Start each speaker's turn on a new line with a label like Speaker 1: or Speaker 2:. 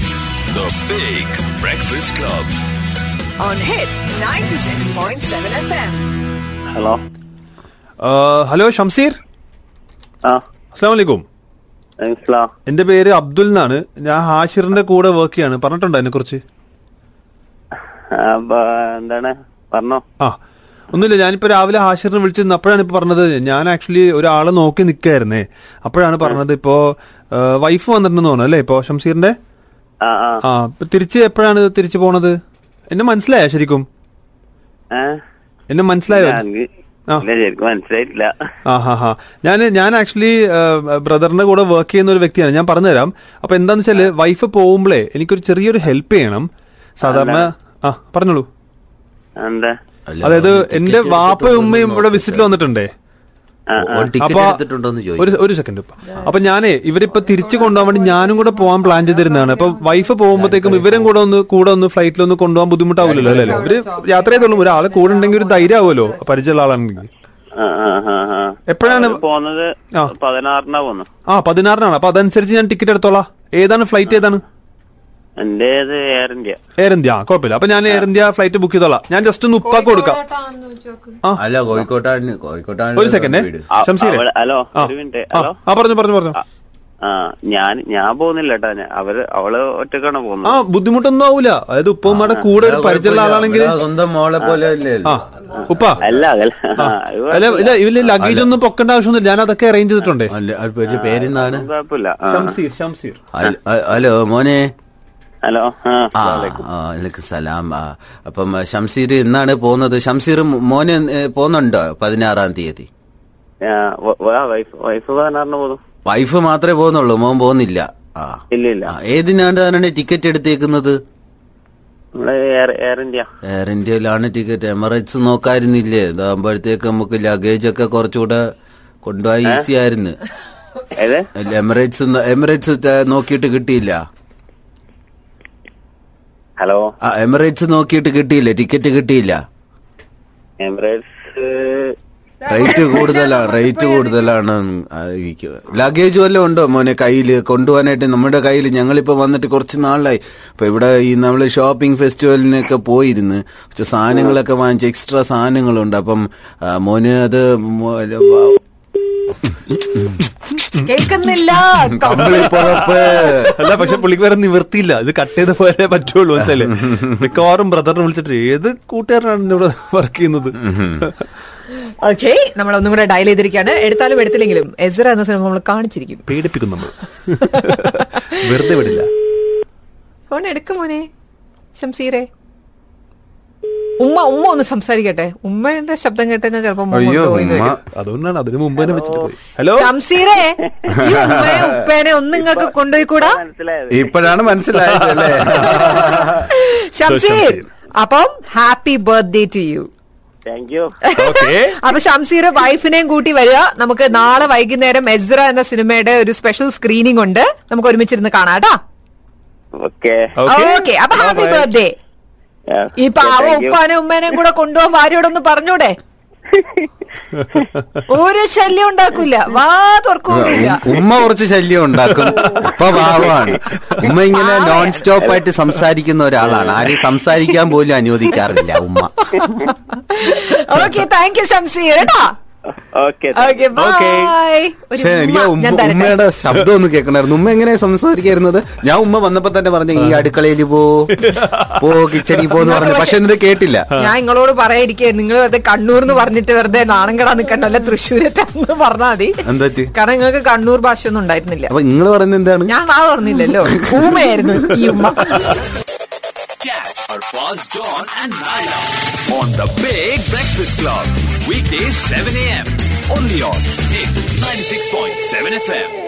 Speaker 1: The Big Breakfast Club.
Speaker 2: on Hit 96.7 FM.
Speaker 3: Hello
Speaker 4: ആ, hello Shamseer
Speaker 3: ആ
Speaker 4: അസ്സാം വലൈക്കും
Speaker 3: മനസ്സിലാം
Speaker 4: എന്റെ പേര് അബ്ദുൽ എന്നാണ് ഞാൻ ഹാഷിറിന്റെ കൂടെ വർക്ക് ചെയ്യാണ് പറഞ്ഞിട്ടുണ്ടോ അതിനെ കുറിച്ച്
Speaker 3: എന്താണ് പറഞ്ഞോ
Speaker 4: ആ ഒന്നുമില്ല ഞാനിപ്പോ രാവിലെ ഹാഷിറിനെ വിളിച്ചിരുന്നു അപ്പോഴാണ് ഇപ്പൊ പറഞ്ഞത് ഞാൻ ആക്ച്വലി ഒരാളെ നോക്കി നിൽക്കായിരുന്നേ അപ്പോഴാണ് പറഞ്ഞത് ഇപ്പോ ആ, വൈഫ് വന്നിട്ടുണ്ടെന്ന് തോന്നുന്നു അല്ലേ ഇപ്പോ ഷംസീറിന്റെ
Speaker 3: ആ ആ
Speaker 4: ആ ഇപ്പൊ തിരിച്ച് എപ്പോഴാണ് തിരിച്ചു പോണത് എന്നെ മനസ്സിലായോ ശരിക്കും
Speaker 3: ഏ?
Speaker 4: എന്നെ മനസ്സിലായോ
Speaker 3: ഞാൻ-
Speaker 4: ആ.
Speaker 3: ഇല്ല, ശരിക്കും മനസ്സിലായിട്ടില്ല
Speaker 4: ആ ഹാ ഹാ ഞാൻ ഞാൻ ആക്ച്വലി ബ്രദറിന്റെ കൂടെ വർക്ക് ചെയ്യുന്ന ഒരു വ്യക്തിയാണ് ഞാൻ പറഞ്ഞുതരാം അപ്പൊ എന്താന്ന് വെച്ചാല് വൈഫ് പോകുമ്പോഴേ എനിക്കൊരു ചെറിയൊരു ഹെൽപ്പ് ചെയ്യണം സാധാരണ ആ പറഞ്ഞോളൂ
Speaker 3: എന്താ
Speaker 4: അതായത് എന്റെ വാപ്പയും ഉമ്മയും ഇവിടെ വിസിറ്റിൽ വന്നിട്ടുണ്ടേ അപ്പൊ ഒരു ഒരു സെക്കൻഡ് അപ്പൊ ഞാനേ ഇവരിപ്പോ തിരിച്ചു കൊണ്ടുപോകാൻ വേണ്ടി ഞാനും കൂടെ പോകാൻ പ്ലാൻ ചെയ്തിരുന്നതാണ് അപ്പൊ വൈഫ് പോകുമ്പോഴത്തേക്കും ഇവരും കൂടെ ഒന്ന് കൂടെ ഒന്ന് ഫ്ലൈറ്റിൽ ഒന്ന് കൊണ്ടുപോകാൻ ബുദ്ധിമുട്ടാവില്ലല്ലോ അല്ലേ ഇവര് യാത്ര ചെയ്തോളും ഒരാളെ കൂടെ ഉണ്ടെങ്കിൽ ഒരു ധൈര്യമാവുമല്ലോ പരിചയമുള്ള ആളാണെങ്കിൽ
Speaker 3: ആ, ആ, ആ, ആ.
Speaker 4: എപ്പോഴാണ്
Speaker 3: അവര് പോന്നത്
Speaker 4: ആ.
Speaker 3: പതിനാറിനാ പോന്നു
Speaker 4: ആ പതിനാറിനാണ് അപ്പൊ അതനുസരിച്ച് ഞാൻ ടിക്കറ്റ് എടുത്തോളാം ഏതാണ് ഫ്ലൈറ്റ് ഏതാണ്
Speaker 3: എന്റേത് എയർ ഇന്ത്യ
Speaker 4: എയർ ഇന്ത്യ ആ, കുഴപ്പമില്ല അപ്പൊ ഞാൻ എയർ ഇന്ത്യ ഫ്ലൈറ്റ് ബുക്ക് ചെയ്തോളാം ഞാൻ ജസ്റ്റ് ഒന്ന് ഉപ്പാക്ക് കൊടുക്കാം
Speaker 5: അല്ല കോഴിക്കോട്ടാണ് കോഴിക്കോട്ടാണ്
Speaker 4: ഒരു സെക്കൻഡ്
Speaker 5: വീട്.
Speaker 3: ആ,
Speaker 4: ഷംസീലെ
Speaker 3: അവിടെ- ഹലോ,
Speaker 4: ആ
Speaker 3: ഒരു മിനിറ്റ്, ഹലോ.
Speaker 4: ആ, ആ പറഞ്ഞു പറഞ്ഞു പറഞ്ഞു
Speaker 3: ആ ഞാൻ ഞാൻ പോകുന്നില്ല കേട്ടോ ഞാൻ- അവര് അവള് ഒറ്റക്കാണ്
Speaker 4: ആ
Speaker 3: പോകുന്നത്
Speaker 4: ബുദ്ധിമുട്ടൊന്നും ആവൂല അതായത് ഉപ്പമ്മയുടെ കൂടെ ഒരു
Speaker 5: ആ,
Speaker 4: പരിചയമുള്ള
Speaker 5: കുഴപ്പമില്ല.
Speaker 4: ആളാണെങ്കിൽ
Speaker 5: ആ, സ്വന്തം മോളെ പോലെ അല്ലേ
Speaker 4: ആ ഉപ്പ
Speaker 3: അല്ല അല്ല ആ, അത്
Speaker 4: അല്ല
Speaker 3: കുഴപ്പമില്ല.
Speaker 4: ഇല്ല ഇവര് ലഗേജ് ഒന്നും പൊക്കേണ്ട ആവശ്യമൊന്നുമില്ല ഞാൻ അതൊക്കെ അറേഞ്ച് ചെയ്തിട്ടുണ്ടേ
Speaker 5: അല്ല അപ്പൊ ഒരു പേരെന്താണ്
Speaker 3: അത് കുഴപ്പമില്ല ആ.
Speaker 4: ഷംസീർ ഷംസീർ
Speaker 5: അല്ല, അ- ഹലോ മോനെ
Speaker 3: ഹലോ ആ,
Speaker 5: ആ
Speaker 3: അസ്സലാമലൈക്കും.
Speaker 5: ആ, അലൈക്കും സലാം ആ, അപ്പം ആ, ഷംസീർ എന്നാണ് പോകുന്നത് ഷംസീർ മോ- മോനെ ഏ, പോകുന്നുണ്ടോ പതിനാറാം തീയതി
Speaker 3: ആ, വ- വ- വൈഫ് വൈഫ് പതിനാറിന് പോകുന്നു
Speaker 5: വൈഫ് മാത്രമേ പോകുന്നുള്ളൂ മോൻ പോകുന്നില്ല ആ
Speaker 3: ഇല്ല ഇല്ല
Speaker 5: ആ, ഏതിനാണ്ടാണ് ടിക്കറ്റ് എടുത്തേക്കുന്നത്
Speaker 3: നമ്മള് എയർ എയർ ഇന്ത്യ
Speaker 5: എയർ ഇന്ത്യയിലാണ് ടിക്കറ്റ് എമിറേറ്റ്സ് നോക്കായിരുന്നില്ലേ ഇതാകുമ്പോഴത്തേക്ക് നമുക്ക് ലഗേജ് ഒക്കെ കുറച്ചുകൂടെ കൊണ്ടുപോയി ഈസി ആയിരുന്നു
Speaker 3: ഏത്
Speaker 5: അല്ല, എമിറേറ്റ്സ് ന- എമിറേറ്റ്സ് ത- നോക്കിയിട്ട് കിട്ടിയില്ല
Speaker 3: ഹലോ
Speaker 5: ആ എമിറേറ്റ്സ് നോക്കിയിട്ട് കിട്ടിയില്ല ടിക്കറ്റ് കിട്ടിയില്ല
Speaker 3: എമിറേറ്റ്സ്
Speaker 5: റേറ്റ് കൂടുതലാണ് റേറ്റ് കൂടുതലാണ് ലഗേജ് വല്ലതും ഉണ്ടോ മോനെ കയ്യിൽ കൊണ്ടുപോകാനായിട്ട് നമ്മുടെ കയ്യിൽ ഞങ്ങളിപ്പോ വന്നിട്ട് കുറച്ച് നാളായി ഇപ്പൊ ഇവിടെ ഈ നമ്മൾ ഷോപ്പിംഗ് ഫെസ്റ്റിവലിനൊക്കെ പോയിരുന്ന് കുറച്ച് സാധനങ്ങളൊക്കെ വാങ്ങിച്ച് എക്സ്ട്രാ സാധനങ്ങളുണ്ട് അപ്പം ആ, മോന് അത് മോ-
Speaker 2: കേൾക്കുന്നില്ല
Speaker 5: കമ്പിളി പുറപ്പ്
Speaker 4: അല്ല പക്ഷെ പുള്ളിക്ക് വേറെ നിവർത്തിയില്ല ഇത് കട്ട് ചെയ്ത പോലെ പറ്റുള്ളൂ മനസ്സിലെ മിക്കവാറും ബ്രദറിനെ വിളിച്ചിട്ട് ഏത് കൂട്ടുകാരനാണ് എന്നെ ഇവിടെ വർക്ക് ചെയ്യുന്നത്
Speaker 2: ഓക്കെ നമ്മൾ ഒന്നും കൂടെ ഡയൽ ചെയ്തിരിക്കുകയാണ് എടുത്താലും എടുത്തില്ലെങ്കിലും എസറ എന്ന സിനിമ നമ്മൾ കാണിച്ചിരിക്കും
Speaker 4: പേടിപ്പിക്കും നമ്മൾ വെറുതെ വിടില്ല
Speaker 2: ഫോൺ എടുക്കും മോനെ ശംസീരെ ഉമ്മ ഉമ്മ ഒന്ന് സംസാരിക്കട്ടെ ഉമ്മയുടെ ശബ്ദം കേട്ടാ ഞാൻ ചിലപ്പോ ഉമ്മ
Speaker 5: അയ്യോ
Speaker 2: കൊണ്ടുപോയി എന്ന്
Speaker 5: ഉമ്മ
Speaker 2: വരും.
Speaker 4: അതുകൊണ്ടാണ് അതിനു മുമ്പ് തന്നെ വെച്ചിട്ട് പോയി ഹലോ
Speaker 2: ശംസീരെ ഈ ഉമ്മയെ ഉപ്പേനെ ഒന്നും നിങ്ങൾക്ക് കൊണ്ടുപോയി കൂടാ
Speaker 3: മനസ്സിലായത്
Speaker 5: ഇപ്പോഴാണ് മനസ്സിലായത് അല്ലേ
Speaker 2: ഷംസീർ അപ്പം happy birthday to you
Speaker 3: thank you
Speaker 4: okay
Speaker 2: അപ്പൊ ഷംസീർ വൈഫിനെയും കൂട്ടി വരിക നമുക്ക് നാളെ വൈകുന്നേരം എസ്ര എന്ന സിനിമയുടെ ഒരു സ്പെഷ്യൽ സ്ക്രീനിംഗ് ഉണ്ട് നമുക്ക് ഒരുമിച്ചിരുന്ന് കാണാം കേട്ടോ
Speaker 3: ഓക്കെ
Speaker 4: Okay.
Speaker 2: ഓക്കെ അപ്പൊ ഹാപ്പി
Speaker 4: Bye-bye.
Speaker 2: ബർത്ത്ഡേ ഈ പാവ ഉപ്പാനെ ഉമ്മേനെയും കൂടെ കൊണ്ടുപോകാൻ ഭാര്യയോടൊന്ന് പറഞ്ഞൂടെ ഒരു ശല്യം ഉണ്ടാക്കൂല വാ തുറക്കൂല
Speaker 5: ഉം- ഉമ്മ കുറച്ച് ശല്യം ഉണ്ടാക്കും ഉപ്പ പാവമാണ് ഉമ്മ ഇങ്ങനെ നോൺ സ്റ്റോപ്പ് ആയിട്ട് സംസാരിക്കുന്ന ഒരാളാണ് ആരെയും സംസാരിക്കാൻ പോലും അനുവദിക്കാറില്ല ഉമ്മ
Speaker 2: ഓക്കെ താങ്ക് യു ഷംസീർ കേട്ടോ
Speaker 3: ഓക്കെ
Speaker 2: ഓക്കെ ബൈ ഒരു
Speaker 5: പക്ഷേ എനിക്ക്
Speaker 2: ഉമ്മ
Speaker 5: ഉമ്മ-
Speaker 2: ഞാൻ തരട്ടെ
Speaker 5: ഉമ്മയുടെ ശബ്ദം ഒന്ന് കേൾക്കണായിരുന്നു ഉമ്മ എങ്ങനെ സംസാരിക്കായിരുന്നത് ഞാൻ ഉമ്മ വന്നപ്പോ തന്നെ പറഞ്ഞു ഈ അടുക്കളയിൽ പോ പോ കിച്ചണിൽ പോന്ന് പറഞ്ഞു പക്ഷെ എന്നിട്ട് കേട്ടില്ല
Speaker 2: ഞാൻ നിങ്ങളോട് പറയാതിരിക്കേ നിങ്ങൾ വെറുതെ കണ്ണൂർ എന്ന് പറഞ്ഞിട്ട് വെറുതെ നാണം കെടാൻ നിൽക്കണ്ട അല്ല തൃശ്ശൂരത്തെ എന്ന് പറഞ്ഞാൽ മതി
Speaker 5: എന്താ പറ്റി?
Speaker 2: കാരണം നിങ്ങൾക്ക് കണ്ണൂർ ഭാഷയൊന്നും ഉണ്ടായിരുന്നില്ല
Speaker 5: അപ്പൊ നിങ്ങൾ പറയുന്നത് എന്താണ്
Speaker 2: ഞാൻ വാ പറഞ്ഞില്ലല്ലോ ഊമയായിരുന്നു ഈ ഉമ്മ
Speaker 1: Catch Arfaz, Dawn, and Naila on The Big Breakfast Club. Weekdays, 7 a.m. Only on Hit 96.7 FM.